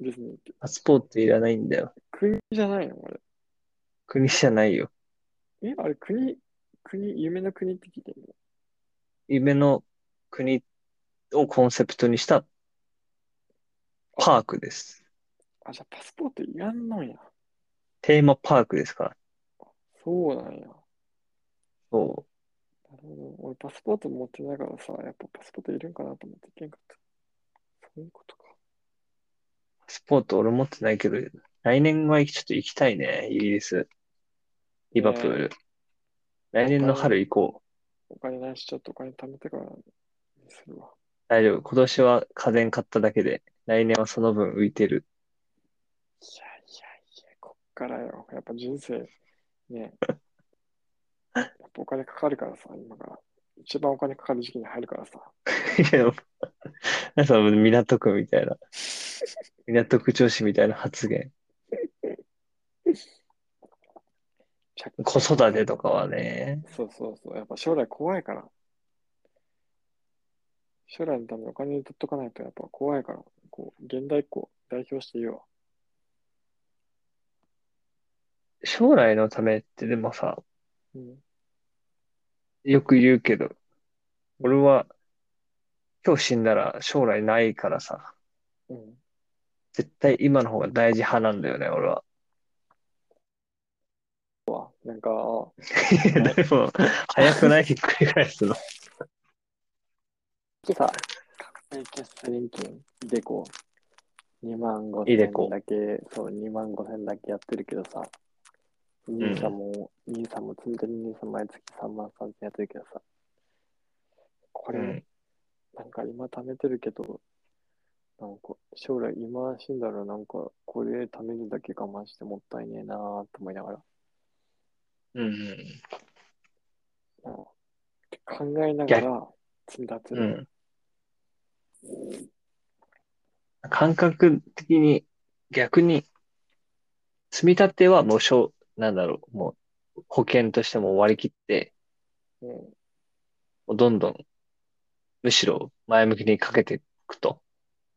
ディズニーって。パスポートいらないんだよ。国じゃないのあれ。国じゃないよ。え、あれ国、国、夢の国って聞いてる夢の国をコンセプトにしたパークです。あ、じゃあパスポートいらんのや。テーマパークですから。そうなんや。なるそほど。俺パスポート持ってないからさ、やっぱパスポートいるんかなと思って行けんかった。そういうことか。う。パスポート俺持ってないけど、来年はちょっと行きたいね。イギリス。リバプール。来年の春行こう。お金ないし、ちょっとお金貯めてからにするわ。大丈夫。今年は家電買っただけで、来年はその分浮いてる。いやいやいや、こっからよ。やっぱ人生、ね。 [LAUGHS] やっぱお金かかるからさ、今から。一番お金かかる時期に入るからさ。いや、なんかその港区みたいな、港区女子みたいな発言。子育てとかはね、そうそうそう。やっぱ将来怖いから。将来のためにお金取っとかないとやっぱ怖いから。こう、現代っ子を代表して言うわ。将来のためってでもさ、うん。よく言うけど、俺は今日死んだら将来ないからさ、うん。絶対今の方が大事派なんだよね、俺は。なんか、いや、 [LAUGHS] でも、早くないひっくり返すの。今朝、確定決済年金、イデコ、2万5イデ千コだけ、そう、2万5千だけやってるけどさ、兄さんも、兄さんも、積み立て兄さん毎月3万3千やってるけどさ、こうれ、ん。なんか今貯めてるけど、なんか将来今死んだらなんかこれ貯めるだけ我慢してもったいねえなーと思いながら、うん。うんって考えながら積み立てうる。ん。感覚的に逆に、積み立てはもうしょう、なんだろう、もう保険としても割り切って、うんもうどんどん、むしろ前向きにかけていくと。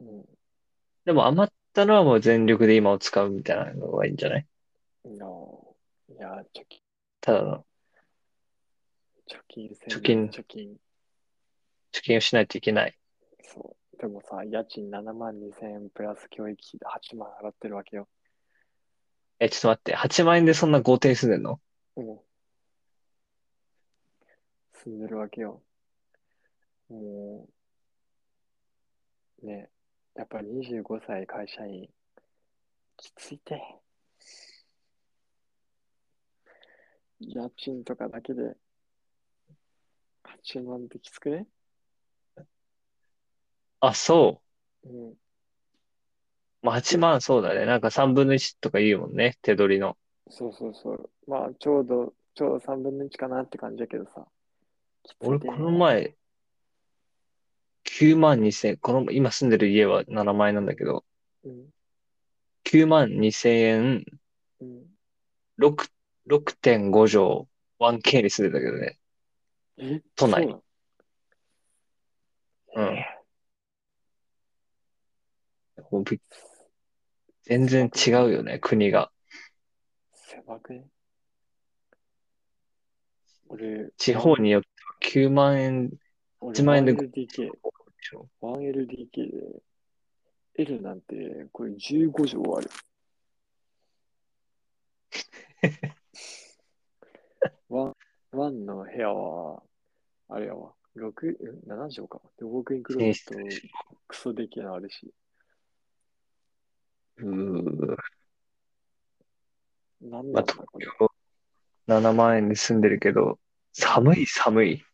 うでも余ったのはもう全力で今を使うみたいなのがいいんじゃないん、いやーいやー、貯金、ただの貯金せん貯金貯金。貯金をしないといけない。そう。でもさ、家賃7万2千円プラス教育費で8万払ってるわけよ。え、ちょっと待って、8万円でそんな豪邸に住んでんのうん。住んでるわけよ。もう、ね、やっぱ25歳会社員、きついて。家賃とかだけで8万ってきつくねあ、そうん。う。まあ、8万そうだね。なんか3分の1とか言うもんね。手取りの。そうそうそう。まあ、ちょうど、ちょうど3分の1かなって感じだけどさ。きつい俺、てこの前、9万2000円、この、今住んでる家は7万円なんだけど、うん。 9万2000円、うん。 6、6.5畳、1K に住んでたけどね。え都内そううなのん。もうび全然違うよね、国が。狭くね俺、地方によっては9万円で俺1万円で 1LDK、しょ。 1LDK で L なんて、これ15条あ [LAUGHS] る。ワン、ワンの部屋は、あれやわ、六ん7畳か。で、ウォークインクローゼット寝室、クソできなあるし、うー。なんなまんだあ、東これ。京7万円に住んでるけど、寒い寒い。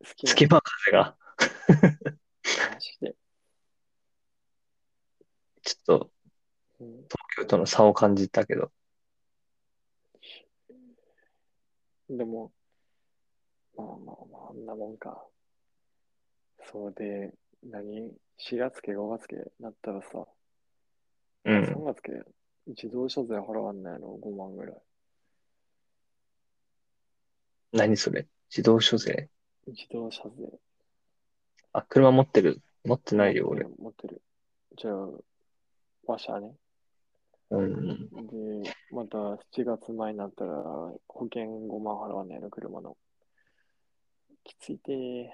好きな隙間風が。話で。ちょっとうん東京との差を感じたけど。でも、まあまあまあ、あんなもんか。そうで、何 ?4 月家、5月家なったらさ、う3ん。月家、自動車税払わんないやろ、5万ぐらい。何それ自動車税。自動車税。あ、車持ってる。持ってないよ、俺。。持ってる。じゃあ、馬車ね。うん。で、また7月前になったら、保険5万払わないの、車の。きついてー。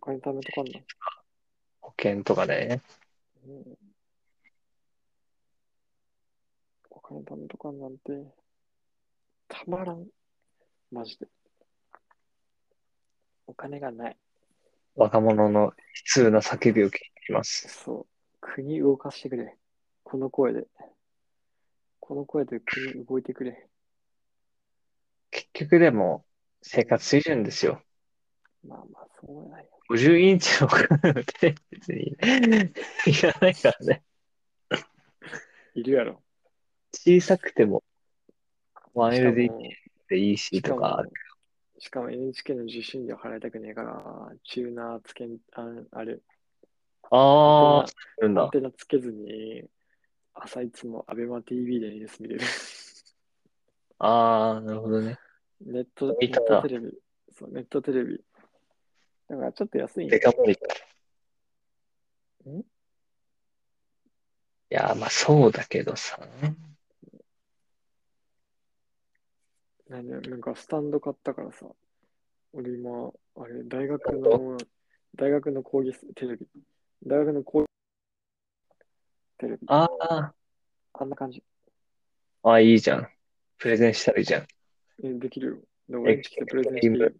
お金貯めとかんの、保険とかね。うん、お金貯めとかんなんて、たまらん。マジで。お金がない。若者の悲痛な叫びを聞きます。そう。国動かしてくれ。この声で。この声で国動いてくれ。結局でも、生活水準ですよ。まあまあ、そうやないよ。 50インチの車のテレビ別にいらないからね。いるやろ。小さくてもしか 1LDK もでいいしとか、しかも NHK の受信料払いたくねえから、チューナーつけん、ああれ、ああ、あるんアンだ。テナつけずに、朝いつも ABEMATV でニュース見れる。 [LAUGHS] ああ、なるほどね。ネット、ネ見たッなトテレビ。そう、ネットテレビ。だからちょっと安いんデよカ盛り。んいやー、まあそうだけどさ。なんでなんかスタンド買ったからさ、俺今、あれ、大学の、大学の講義室テレビ、大学の講義テレビ、あーあんな感じ。あー、いいじゃん。プレゼンしたらいいじゃん。えできるよ。で、俺んち来てプレゼンしていいよ。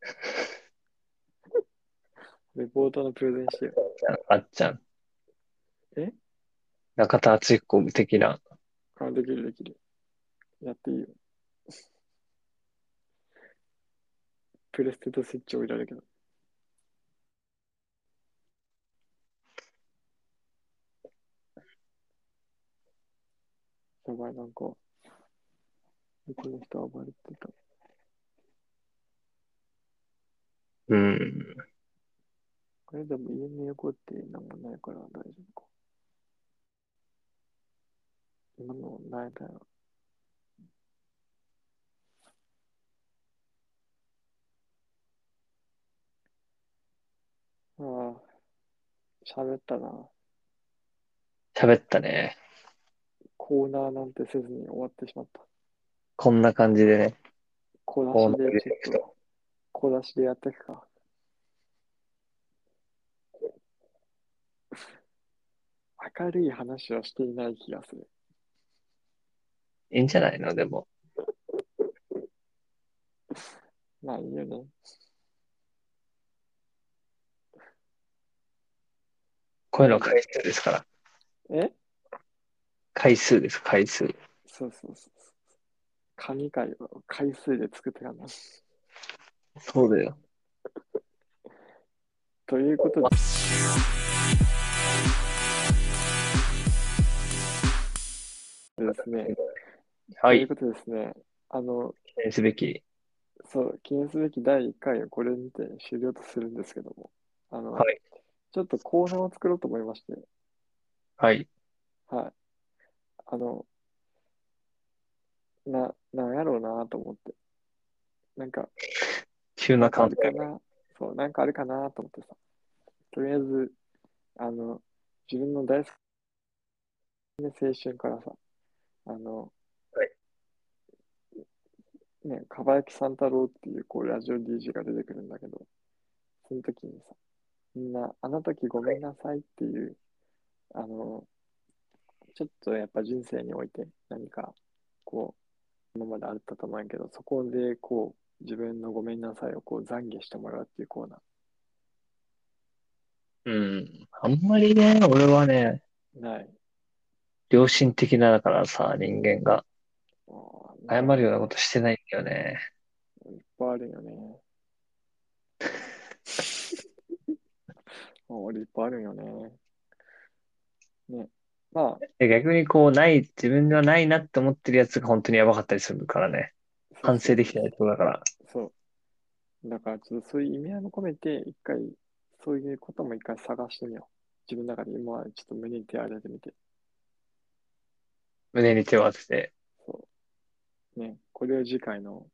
[LAUGHS] レポートのプレゼンしてよ。あっちゃん。え中田敦彦的な。あ、できるできる。やっていいよ。プレステとスイッチ置いられるけど。やばい、なんか、この人暴れてた。うん。これでも家の横ってなんもないから大丈夫か。今のないだよ。ああ、喋ったな。喋ったね。コーナーなんてせずに終わってしまった。こんな感じでね。小こう出なしるでちょっと、小出しでやっていくか。明るい話はしていない気がする。いいんじゃないのでも。まあいいよね。こういうの回数ですから。え回数です、回数。そうそうそうそう。神回を回数で作ってかな。そうだよ。ということで、ですね。はというい。ことでですね。あの、記念すべき。そう、記念すべき第1回をこれにて終了とするんですけども、あの、はいちょっとコーナーを作ろうと思いまして、はい。はい。あの、な、なんやろうなと思って。なんか、急ななんかあ感るじ。かな、そう、なんかあるかなと思ってさ。とりあえず、あの、自分の大好きな青春からさ、あの、はいね、かばやきさん太郎っていう、こう、ラジオ DJ が出てくるんだけど、その時にさ、みんな、あの時ごめんなさいっていう、あの、ちょっとやっぱ人生において何か、こう、今まであったと思うんやけど、そこでこう、自分のごめんなさいをこう懺悔してもらうっていうコーナうん。あんまりね、俺はね、ー。ない。良心的なだからさ、人間があー謝なんかるようなことしてないんだよね。いっぱいあるよね。 [LAUGHS] 俺いっぱいあるよね。ね。まあ、で逆にこう、ない、自分がないなって思ってるやつが本当にやばかったりするからね。反省できてないってことだから。そう。だから、ちょっとそういう意味合いも込めて、一回、そういうことも一回探してみよう。自分の中で今はちょっと胸に手を当ててみて。胸に手を当てて。そう。ね。これを次回の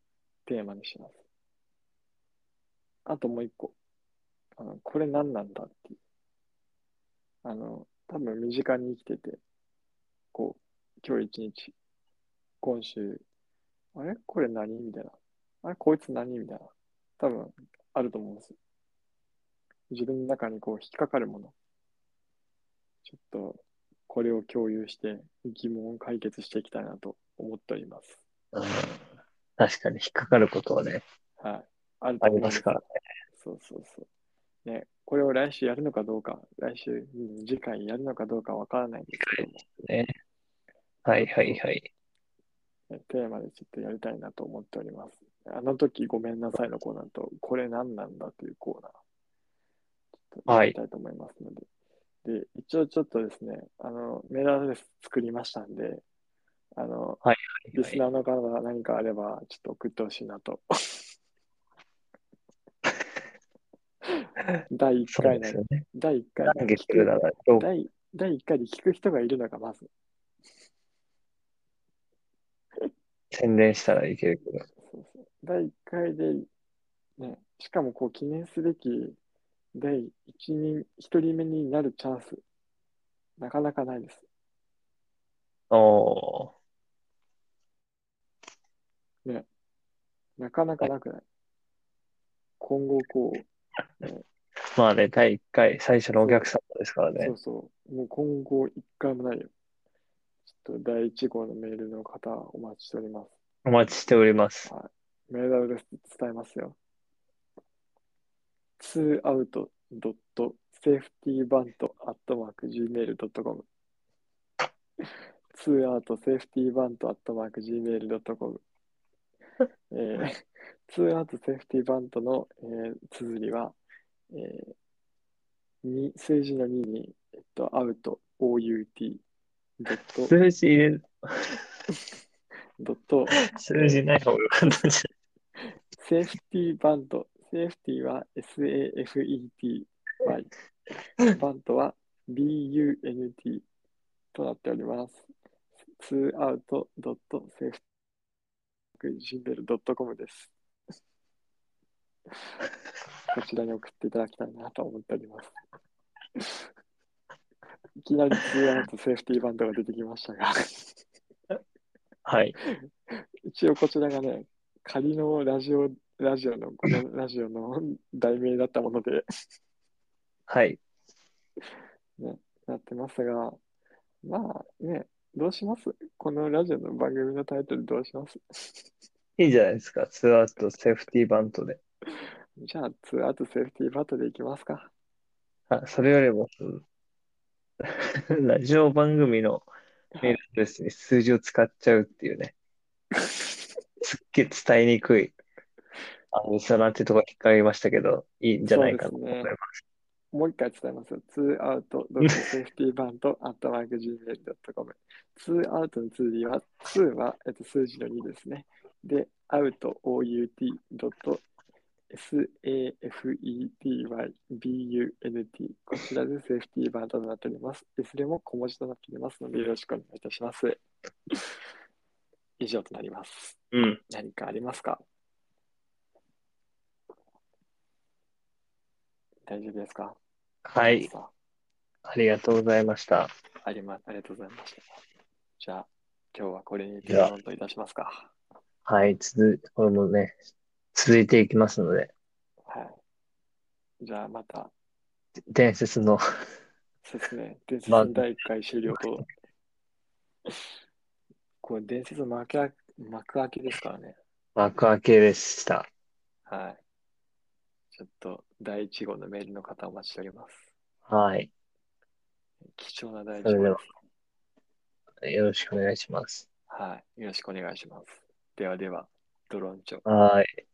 テーマにします。あともう一個。あの、これ何なんだっていう。あの、多分身近に生きてて、こう、今日一日、今週、あれこれ何みたいな。あれこいつ何みたいな。多分、あると思うんですよ。自分の中にこう、引っかかるもの。ちょっと、これを共有して、疑問を解決していきたいなと思っております。うん。確かに引っかかることはね、はい。あるとあ思いりまますすから。そうそうそう。ね、これを来週やるのかどうか、来週、うん次回やるのかどうかわからないんですけども、ね。はいはいはい。ねテーマでちょっとやりたいなと思っております。あの時ごめんなさいのコーナーと、これ何なんだというコーナー、ちょっとやりたいと思いますので。で、一応ちょっとですね、あの、メールアドレス作りましたんで、あの、リスナーの方が何かあれば、ちょっと送ってほしいな [LAUGHS] と。第1そう回でなすのよね。第1回懺で悔す聞るだくから、どう第第1回で聞く人がいるのがまず。宣伝したらいけるけど。そうそう第1回で、ね、しかもこう記念すべき第1人、1人目になるチャンス、なかなかないです。おー。なかなかなくない。今後こう、まあね、第1回、最初のお客様ですからねそう。そう。もう今後一回もないよ。ちょっと第1号のメールの方、お待ちしております。お待ちしております。メールアドレス伝えますよ。2out.safetyband.gmail.com 2out.safetyband.gmail.com えー、2out.safetyband の、えー、綴りは、えー、に数字の2に、えっと、out, out, ドット、数字入れる、ドット、数字ない方がよかったんじセーフティーバント。セーフティーは SAFETY。バントは BUNT となっております。2out.safety.gmail.com です。こちらに送っていただきたいなと思っております。いきなり 2out セーフティーバントが出てきましたが。ゃない。はい。一応こちらがね、仮のラジオ、ラジオの、このラジオの題名だったもので [LAUGHS] はい。なってますが、まあね、どうしますこのラジオの番組のタイトルどうします [LAUGHS] いいじゃないですか。ツーアウト、セーフティーバントで。じゃあ、ツーアウトセーフティーバットでいきますか。あ、それよりも、うん [LAUGHS] ラジオ番組のメールアドレスに数字を使っちゃうっていうね。すっげえ伝えにくい。あの、そうなんてとこ引っかかりましたけど、いいんじゃないかと思います。もう一回伝えますよ。2out.safetyband.gmail.com。2out の通りは、2は、えっと、数字の2ですね。で、out.out.safetybunt。こちらでセーフティーバンドとなっております。いずれも小文字となっておりますので、よろしくお願いいたします。以上となります。うん。何かありますか大丈夫ですかはい。さあありがとうございました。あり,、ま、ありがとうございました。じゃあ、今日はこれにてじゃあンといたしますか。はい。続、これもね、続いていきますので。はい。じゃあ、また伝説の、説明、伝説まあの第1回終了と、これ伝説の幕開幕開けですからね。幕開けでした。はい。ちょっと第1号のメールの方お待ちしております。はい。貴重な第1それ号でではす。よろしくお願いします。はい。よろしくお願いします。ではでは、ドローン長。はい。